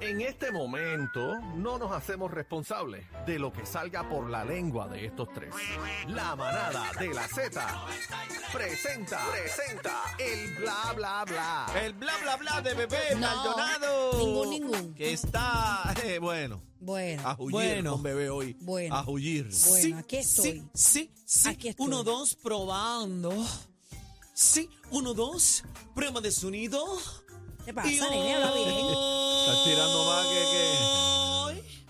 En este momento no nos hacemos responsables de lo que salga por la lengua de estos tres. La manada de la Z presenta, presenta el bla bla bla. El bla bla bla de bebé No, Maldonado. ningún, ningún. Que está, eh, bueno, Bueno, a huir Bueno. con bebé hoy. Bueno. A huir. Bueno, aquí estoy. Ah, Sí, sí, sí. Aquí estoy. Uno, dos, probando. Sí, uno, dos. Prueba de sonido. ¿qué pasa, nene? Habla bien. Estás tirando más que Hoy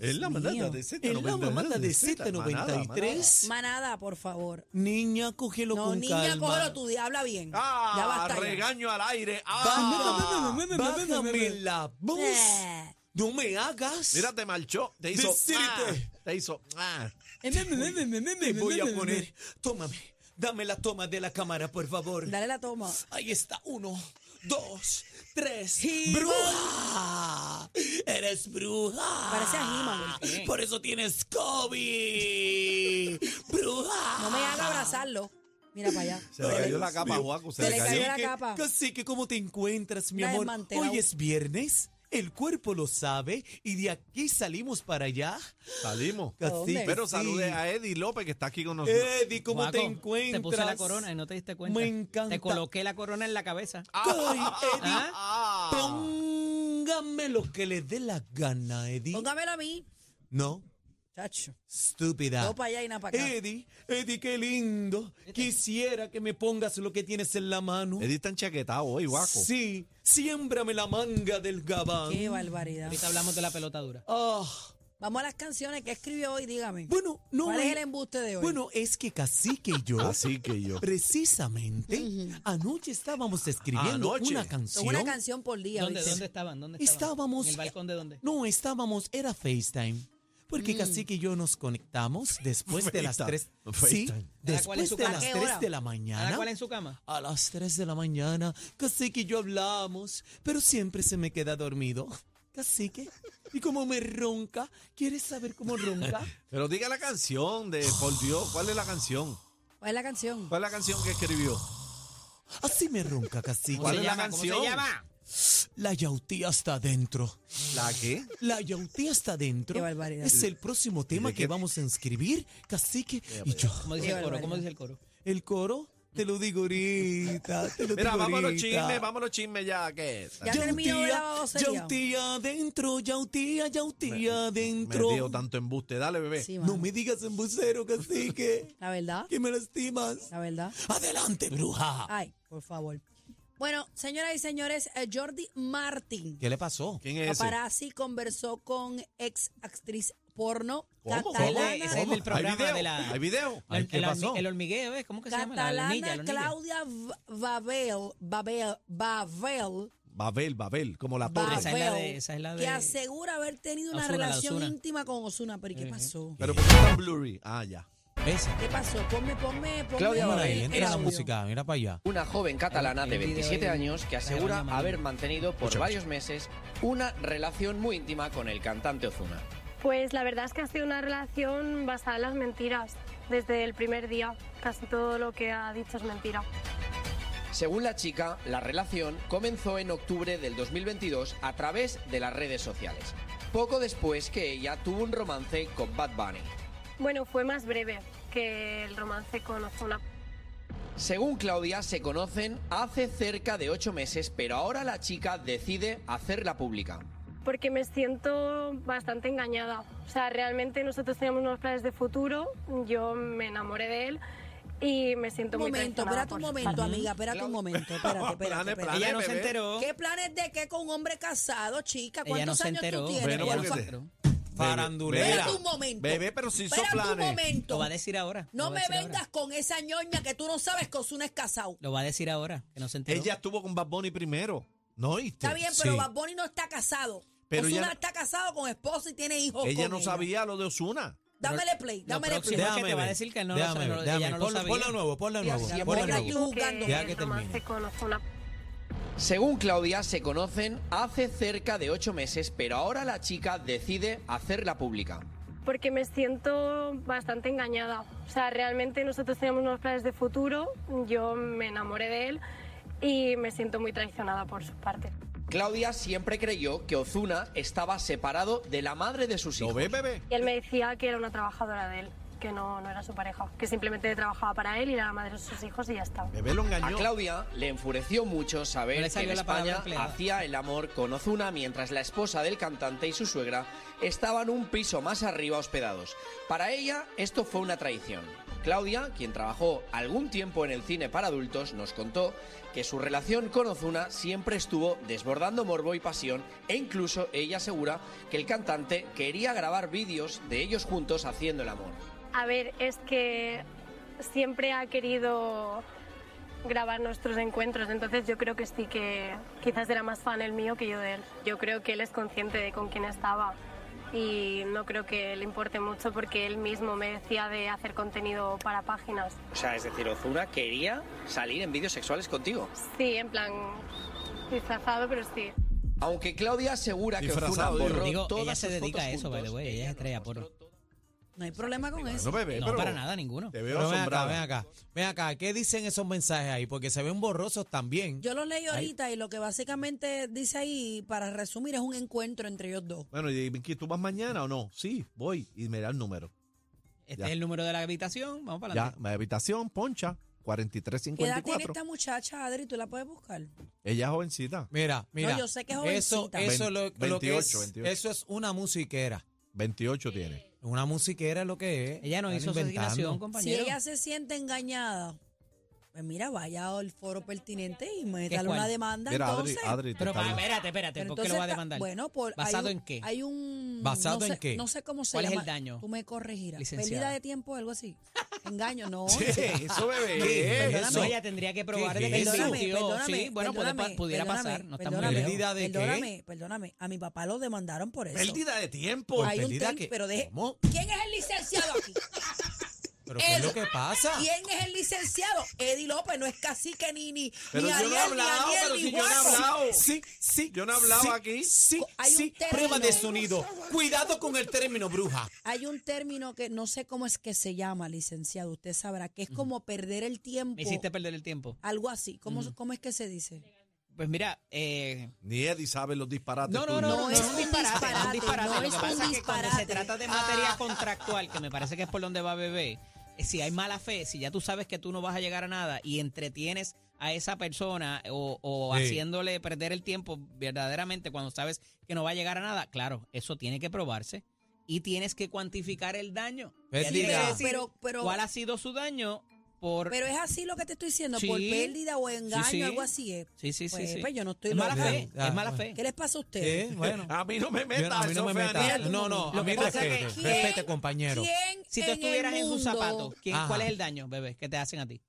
que. Es la manada mío. de Z93. en la mamada de manada, manada. Z93. Manada, por favor. Niña, cógelo No, con niña, calma. cógelo tú, di- habla bien. Ah, ya basta. ya. regaño al aire. Baja, Ah, bájame la voz. Eh. No me hagas. mira, te marchó. Te hizo. Decirte. ah, te hizo. ah. Eh, te voy a poner. Tómame. Dame la toma de la cámara, por favor. Dale la toma. Ahí está, uno, dos, tres. Sí, ¡Bruja! ¡Eres bruja! Parece a He-Man. Por eso tienes COVID. ¡Bruja! No me hagas abrazarlo. Mira para allá. Se le cayó la capa, Juaco. Se, Se le le cayó. cayó la capa. Así que, ¿cómo te encuentras, mi La amor? desmantelado. Hoy es viernes, el cuerpo lo sabe, y de aquí salimos para allá. Salimos. ¿A dónde? Cacique, Pero sí. Eh, salude a Eddie López que está aquí con nosotros. Eddie, ¿cómo te Guaco, encuentras? Te puse la corona y no te diste cuenta. Me encanta. Te coloqué la corona en la cabeza. Ay, Eddie, Ah. póngame lo que le dé la gana, Eddie. Póngamelo a mí. No, Chacho. estúpida. Todo para allá y nada para acá. Este- Eddie, Eddie, qué lindo. Quisiera que me pongas lo que tienes en la mano. Eddie está enchaquetado hoy, Guaco. Sí, siémbrame la manga del gabán. Qué barbaridad. Ahorita hablamos de la pelota dura. Ah, Vamos a las canciones que escribió hoy, dígame. bueno, no ¿Cuál es me- el embuste de hoy? Bueno, es que cacique y yo, Así que yo. precisamente, anoche estábamos escribiendo Anoche. una Son canción. una canción por día. ¿Dónde, ¿viste? ¿Dónde estaban? ¿Dónde estaban? Estábamos. ¿En el balcón de dónde? Mm. No, estábamos, era FaceTime. Porque Cacique y yo nos conectamos después de las FaceTime, 3. Sí, FaceTime. ¿Cada cual en después su de casa? las ¿A qué 3 hora? de la ¿Cada mañana. cual en su cama? A las 3 de la mañana, Cacique y yo hablamos, pero siempre se me queda dormido. Cacique, y como me ronca, ¿quieres saber cómo ronca? Pero diga la canción de por Dios, ¿cuál es la canción? ¿Cuál es la canción? ¿Cuál es la canción que escribió? Así me ronca, Cacique. ¿Cuál se es la llama? ¿Cómo se canción? llama? La yautía está adentro. ¿La qué? La yautía está adentro. Qué barbaridad. Es el próximo tema que vamos a inscribir, Cacique y yo. ¿Cómo dice el coro? barbaridad. ¿Cómo dice el coro? El coro, te lo digo ahorita. Te lo Mira, digo vámonos ahorita. chismes, vámonos chismes ya, ¿qué es? Ya terminó de la babosería. yautía adentro, yautía, yautía Me adentro. dio tanto embuste, dale bebé. Sí, mano. no me digas embustero, cacique, La verdad. que me lastimas. La verdad. Adelante, bruja. Ay, por favor. Bueno, señoras y señores, eh, Jordi Martin. ¿Qué le pasó? ¿Quién es ese? Paparazzi conversó con ex actriz porno ¿Cómo? ¿Cómo? catalana, Ese es el del ¿Hay programa video? de la- ¿Hay video? El, ¿Qué el hormi- pasó? el hormigueo, ¿ves? ¿Cómo que se llama? La, la catalana hornilla, la hornilla. Claudia V- Babel, Babel, Babel, Babel, Babel, como la torre. Babel, Esa es la de- esa es la de- que asegura haber tenido una Ozuna, la de relación Ozuna. íntima con Osuna. ¿Pero ¿y qué pasó? Pero ¿por qué está blurry? Ah, ya. Esa. ¿Qué pasó? Ponme, ponme, ponme. Claudia el- Mira Babel, ahí, el entra la audio. música, mira para allá. Una joven catalana El- de el video 27 de- años que la de Doña asegura María. haber mantenido por varios meses una relación muy íntima con el cantante Ozuna. Pues la verdad es que ha sido una relación basada en las mentiras. Desde el primer día, casi todo lo que ha dicho es mentira. Según la chica, la relación comenzó en octubre del 2022 a través de las redes sociales. Poco después que ella tuvo un romance con Bad Bunny. Bueno, fue más breve que el romance con Ozuna. Según Claudia, se conocen hace cerca de ocho meses, pero ahora la chica decide hacerla pública. Porque me siento bastante engañada. O sea, realmente nosotros teníamos unos planes de futuro, yo me enamoré de él y me siento Un muy momento, traicionada espérate un por su momento, parte. amiga, espérate un momento, espérate, espérate. Planes, espérate. planes, Ella no se bebé. enteró. ¿Qué planes de qué con un hombre casado, chica? Ella no ¿Cuántos se años tú enteró. tienes? Bueno, pues, Por Ella no se fa- porque- enteró. Farandulera. Espérate un momento. Bebé, pero si hizo Espérate planes. un momento. Lo va a decir ahora. No lo va a me decir ahora. vengas con esa ñoña que tú no sabes que Osuna es casado. Lo va a decir ahora, que no se enteró. Ella estuvo con Bad Bunny primero. ¿No oíste? Está bien, pero Sí. Bad Bunny no está casado. Pero Osuna ella- está casado con esposa y tiene hijos. Ella con no sabía lo de Osuna. Dámele play, Lo dámele próximo play. es que te va a decir que no lo sabe, déjame no ver, lo- ella déjame no ver. lo Ponla- sabía. ponla nuevo, ponla Dios, nuevo, ya ponla ponla nuevo. tú. jugando. Deja que termine. romance con Ozuna. Según Claudia, se conocen hace cerca de ocho meses, pero ahora la chica decide hacerla pública. Porque me siento bastante engañada. O sea, realmente nosotros teníamos unos planes de futuro, yo me enamoré de él y me siento muy traicionada por su parte. Claudia siempre creyó que Ozuna estaba separado de la madre de sus ¿Lo hijos. ves, bebé? Y él me decía que era una trabajadora de él, que no, no era su pareja, que simplemente trabajaba para él y era la madre de sus hijos y ya está. Bebé lo A engañó. Claudia le enfureció mucho No saber le que en salió la palabra España empleada. hacía el amor con Ozuna mientras la esposa del cantante y su suegra estaban un piso más arriba hospedados. Para ella esto fue una traición. Claudia, quien trabajó algún tiempo en el cine para adultos, nos contó que su relación con Ozuna siempre estuvo desbordando morbo y pasión e incluso ella asegura que el cantante quería grabar vídeos de ellos juntos haciendo el amor. A ver, es que siempre ha querido grabar nuestros encuentros, entonces yo creo que sí que quizás era más fan el mío que yo de él. Yo creo que él es consciente de con quién estaba y no creo que le importe mucho porque él mismo me decía de hacer contenido para páginas. O sea, es decir, Ozuna quería salir en vídeos sexuales contigo. Sí, en plan disfrazado, pero sí. Aunque Claudia asegura que Ozuna Disfrazado, yo. borró Digo, todas ella se sus dedica fotos a eso, by the juntos, way, ella es nos estrella mostró porno. todas. No hay problema con No, eso. bebé, No, pero para nada, ninguno. Te veo Pero ven acá, asombrada. ven acá. Ven acá, ¿qué dicen esos mensajes ahí? Porque se ven borrosos también. Yo los leí ahorita y lo que básicamente dice ahí, para resumir, es un encuentro entre ellos dos. Bueno, y Vicky, ¿tú vas mañana o no? Sí, voy. Y me da el número. Este Ya. es el número de la habitación, vamos para Ya, adelante. mi habitación, poncha, ¿Qué edad tiene 4354. esta muchacha, Adri? ¿Tú la puedes buscar? Ella es jovencita, Mira, mira. yo sé que es eso, jovencita. eso, lo, lo que 28, es, 28. eso es una musiquera. 28 tiene. Una musiquera es lo que es. Ella no Están hizo su inventando. asignación, Si compañero. ella se siente engañada, pues mira, vaya al foro pertinente y ¿Qué es métale cuál? una demanda Mira, Adri, entonces. Adri, te Pero está pa- hablando. espérate, espérate, Pero ¿por qué lo va a está- demandar? Bueno, por, hay ¿Basado un- en qué? Hay un ¿Basado no en sé- qué? No sé cómo se ¿Cuál es el llama. daño? Tú me corregirás. Licenciada. Pérdida de tiempo, algo así. Engaño, no. Sí, eso, bebé. ¿Qué es eso? No, ella tendría que probar de que es eso? Perdóname, existió. perdóname. Sí, bueno, puede perdóname, pa- pudiera perdóname, pasar. No está muy perdóname, lejos. ¿Pérdida de qué? Perdóname, perdóname. A mi papá lo demandaron por eso. Pérdida de tiempo. Por Hay un pérdida tren, que- pero deje. ¿Cómo? ¿Quién es el licenciado aquí? ¿Pero qué es Él. lo que pasa? ¿Quién es el licenciado? Eddie López no es cacique ni ni Pero ni yo no he Ariel, hablado, ni Ariel, pero ni si yo no he Guaso. hablado. Sí, sí. Yo no he hablado sí, aquí. Sí, Hay un sí. término. Prueba de sonido. Cuidado con el término, bruja. Hay un término que no sé cómo es que se llama, licenciado. Usted sabrá que es como perder el tiempo. Me hiciste perder el tiempo. Algo así. ¿Cómo, ¿Cómo es que se dice? Pues mira, eh, Ni Eddie sabe los disparates. no, no, tuyos. no, No no, es es un un disparate, no es disparate, un disparate. no Lo es que un pasa es que cuando disparate. Ah. se trata de materia contractual, que me parece que es por donde va bebé, eh, si hay mala fe, si ya tú sabes que tú no vas a llegar a nada y entretienes a esa persona o, o Sí. haciéndole perder el tiempo verdaderamente cuando sabes que no va a llegar a nada, claro, eso tiene que probarse y tienes que cuantificar el daño. Ya Pérdida. tienes que Pero- decir pero- pero- ¿Cuál ha sido su daño por Pero es así lo que te estoy diciendo, Sí. por pérdida o engaño, Sí, sí. algo así es. Sí, sí, sí, Pues, sí. pues, yo no estoy es mala loca. fe, Ah, es mala bueno. fe. ¿Qué les pasa a ustedes? ¿Qué? Bueno. A mí no me Yo no, metas. a mí no me meta. meta. Espérate un No, no, momento. a mí Lo que pasa es respete. que- Respete, compañero. ¿Quién Si tú en el estuvieras en sus mundo- zapatos, ¿quién- ¿cuál Ajá. es el daño, bebé, que te hacen a ti?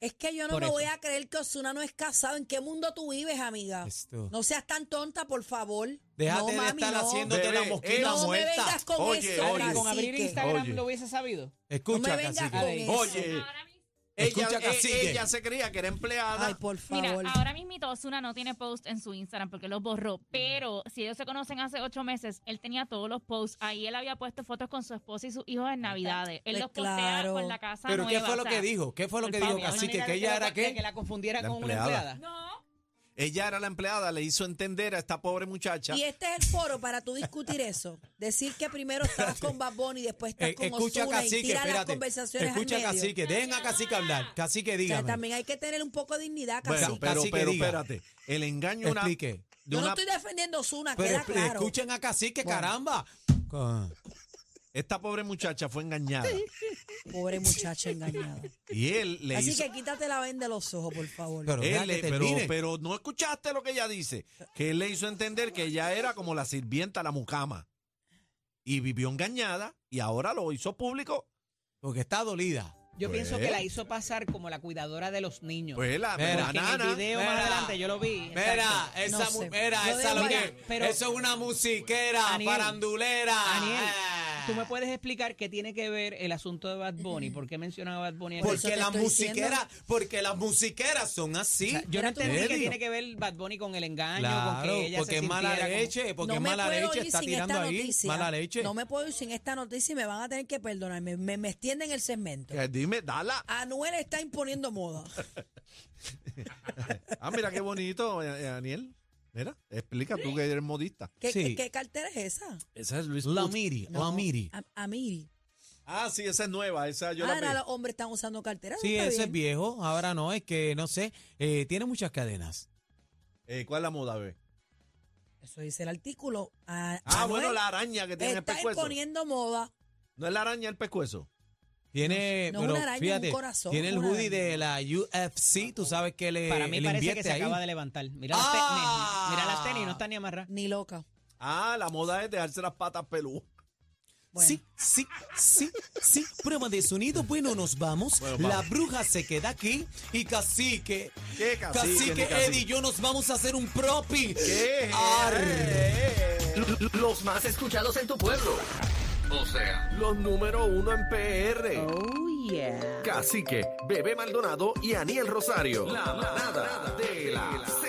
Es que yo no Por me eso. voy a creer que Osuna no es casado. ¿En qué mundo tú vives, amiga? Esto. No seas tan tonta, por favor. Déjate no, de mami, estar no. haciéndote Bebé, la mosquita eh, No me muerta. vengas con Oye, eso. oye. Con abrir cacique. Instagram Oye. lo hubiese sabido. No Escucha, me vengas cacique. con Oye, eso. Oye, ella, Escucha, eh, cacique. ella se creía que era empleada. Ay, por Mira, favor. ahora mismo Osuna no tiene post en su Instagram porque los borró, Mm. pero si ellos se conocen hace ocho meses, él tenía todos los posts. Ahí él había puesto fotos con su esposa y sus hijos en Navidades. Él Pues los postea claro. con la casa Eh, Pero ¿qué nueva, fue lo o sea, que dijo? ¿Qué fue lo por que dijo favor. Cacique? manera ¿Que de ella la- era de qué? Que la confundiera La con una empleada. empleada. No, Ella era la empleada, le hizo entender a esta pobre muchacha. Y este es el foro para tú discutir eso. Decir que primero estabas con Bad Bunny y después estás Eh, con escucha, Ozuna y cacique, tira las espérate. conversaciones Escucha, al medio. cacique. Dejen a cacique hablar. Cacique, O sea, dígame. también hay que tener un poco de dignidad, cacique. Bueno, pero, Cacique, pero diga. espérate. El engaño una, Explique. de Yo una- no estoy defendiendo a Osuna, Pero queda esp- claro. escuchen a cacique, caramba. Con- Esta pobre muchacha fue engañada Pobre muchacha engañada. y él le Así hizo. que quítate la venda de los ojos, por favor. él deja que le- pero, termine. pero no escuchaste lo que ella dice, que él le hizo entender que ella era como la sirvienta, la mucama. Y vivió engañada y ahora lo hizo público. Porque está dolida. Yo Pues. pienso que la hizo pasar como la cuidadora de los niños. Pues la, Mira, la Porque en nana. el video más mira. adelante yo lo vi. Mira, exacto. esa, No mu- sé. mira, Yo esa de- lo Mira, que- pero- eso es una musiquera, Aniel, farandulera. Aniel, Ah. ¿Tú me puedes explicar qué tiene que ver el asunto de Bad Bunny? ¿Por qué mencionaba a Bad Bunny? en Por- eso Porque te las estoy musiqueras, porque las musiqueras son O así. sea, yo no Mira tú, entendí qué Eddie. tiene que ver Bad Bunny con el engaño, con Claro, que ella porque se es mala sintiera como- leche, porque no es mala me puedo leche, ir está sin tirando esta ahí, noticia. mala leche. No me puedo ir sin esta noticia y me van a tener que perdonar. Me, me, me extienden el segmento. Que Eh, dime, dala. Anuel está imponiendo moda. Ah, mira qué bonito, eh, eh, Daniel. Mira, explica tú que eres modista. ¿Qué, Sí. qué- qué cartera es esa? Esa es Luis La Miri, la Miri. A, Amiri. Ah, sí, esa es nueva, esa yo Ahora la los hombres están usando carteras. Sí, está ese es bien. viejo, ahora no, es que no sé, eh, tiene muchas cadenas. vi. Eh, ¿Cuál es la moda, ve? Eso dice el artículo. A- Ah, Anuel bueno, la araña que tiene en el Está pescuezo. imponiendo moda. ¿No es la araña el pescuezo? Tiene, No, no es pero una araña, fíjate, un corazón, tiene el una hoodie araña. de la UFC, tú sabes que le, Para mí le parece invierte que se ahí. acaba de levantar. Mira, las Ah. tenis, mira las tenis, no están ni amarradas. Ni loca. Ah, la moda es dejarse las patas peludas. Bueno. Sí, sí, sí, sí. Prueba de sonido. Bueno, nos vamos. Bueno, La vamos. bruja se queda aquí. Y cacique. ¿Qué cacique, ni cacique? Eddie y yo nos vamos a hacer un propi. ¿Qué? Los más escuchados en tu pueblo. O sea, los número uno en PR. Cacique, Bebé Maldonado y Aniel Rosario. La manada de la Z.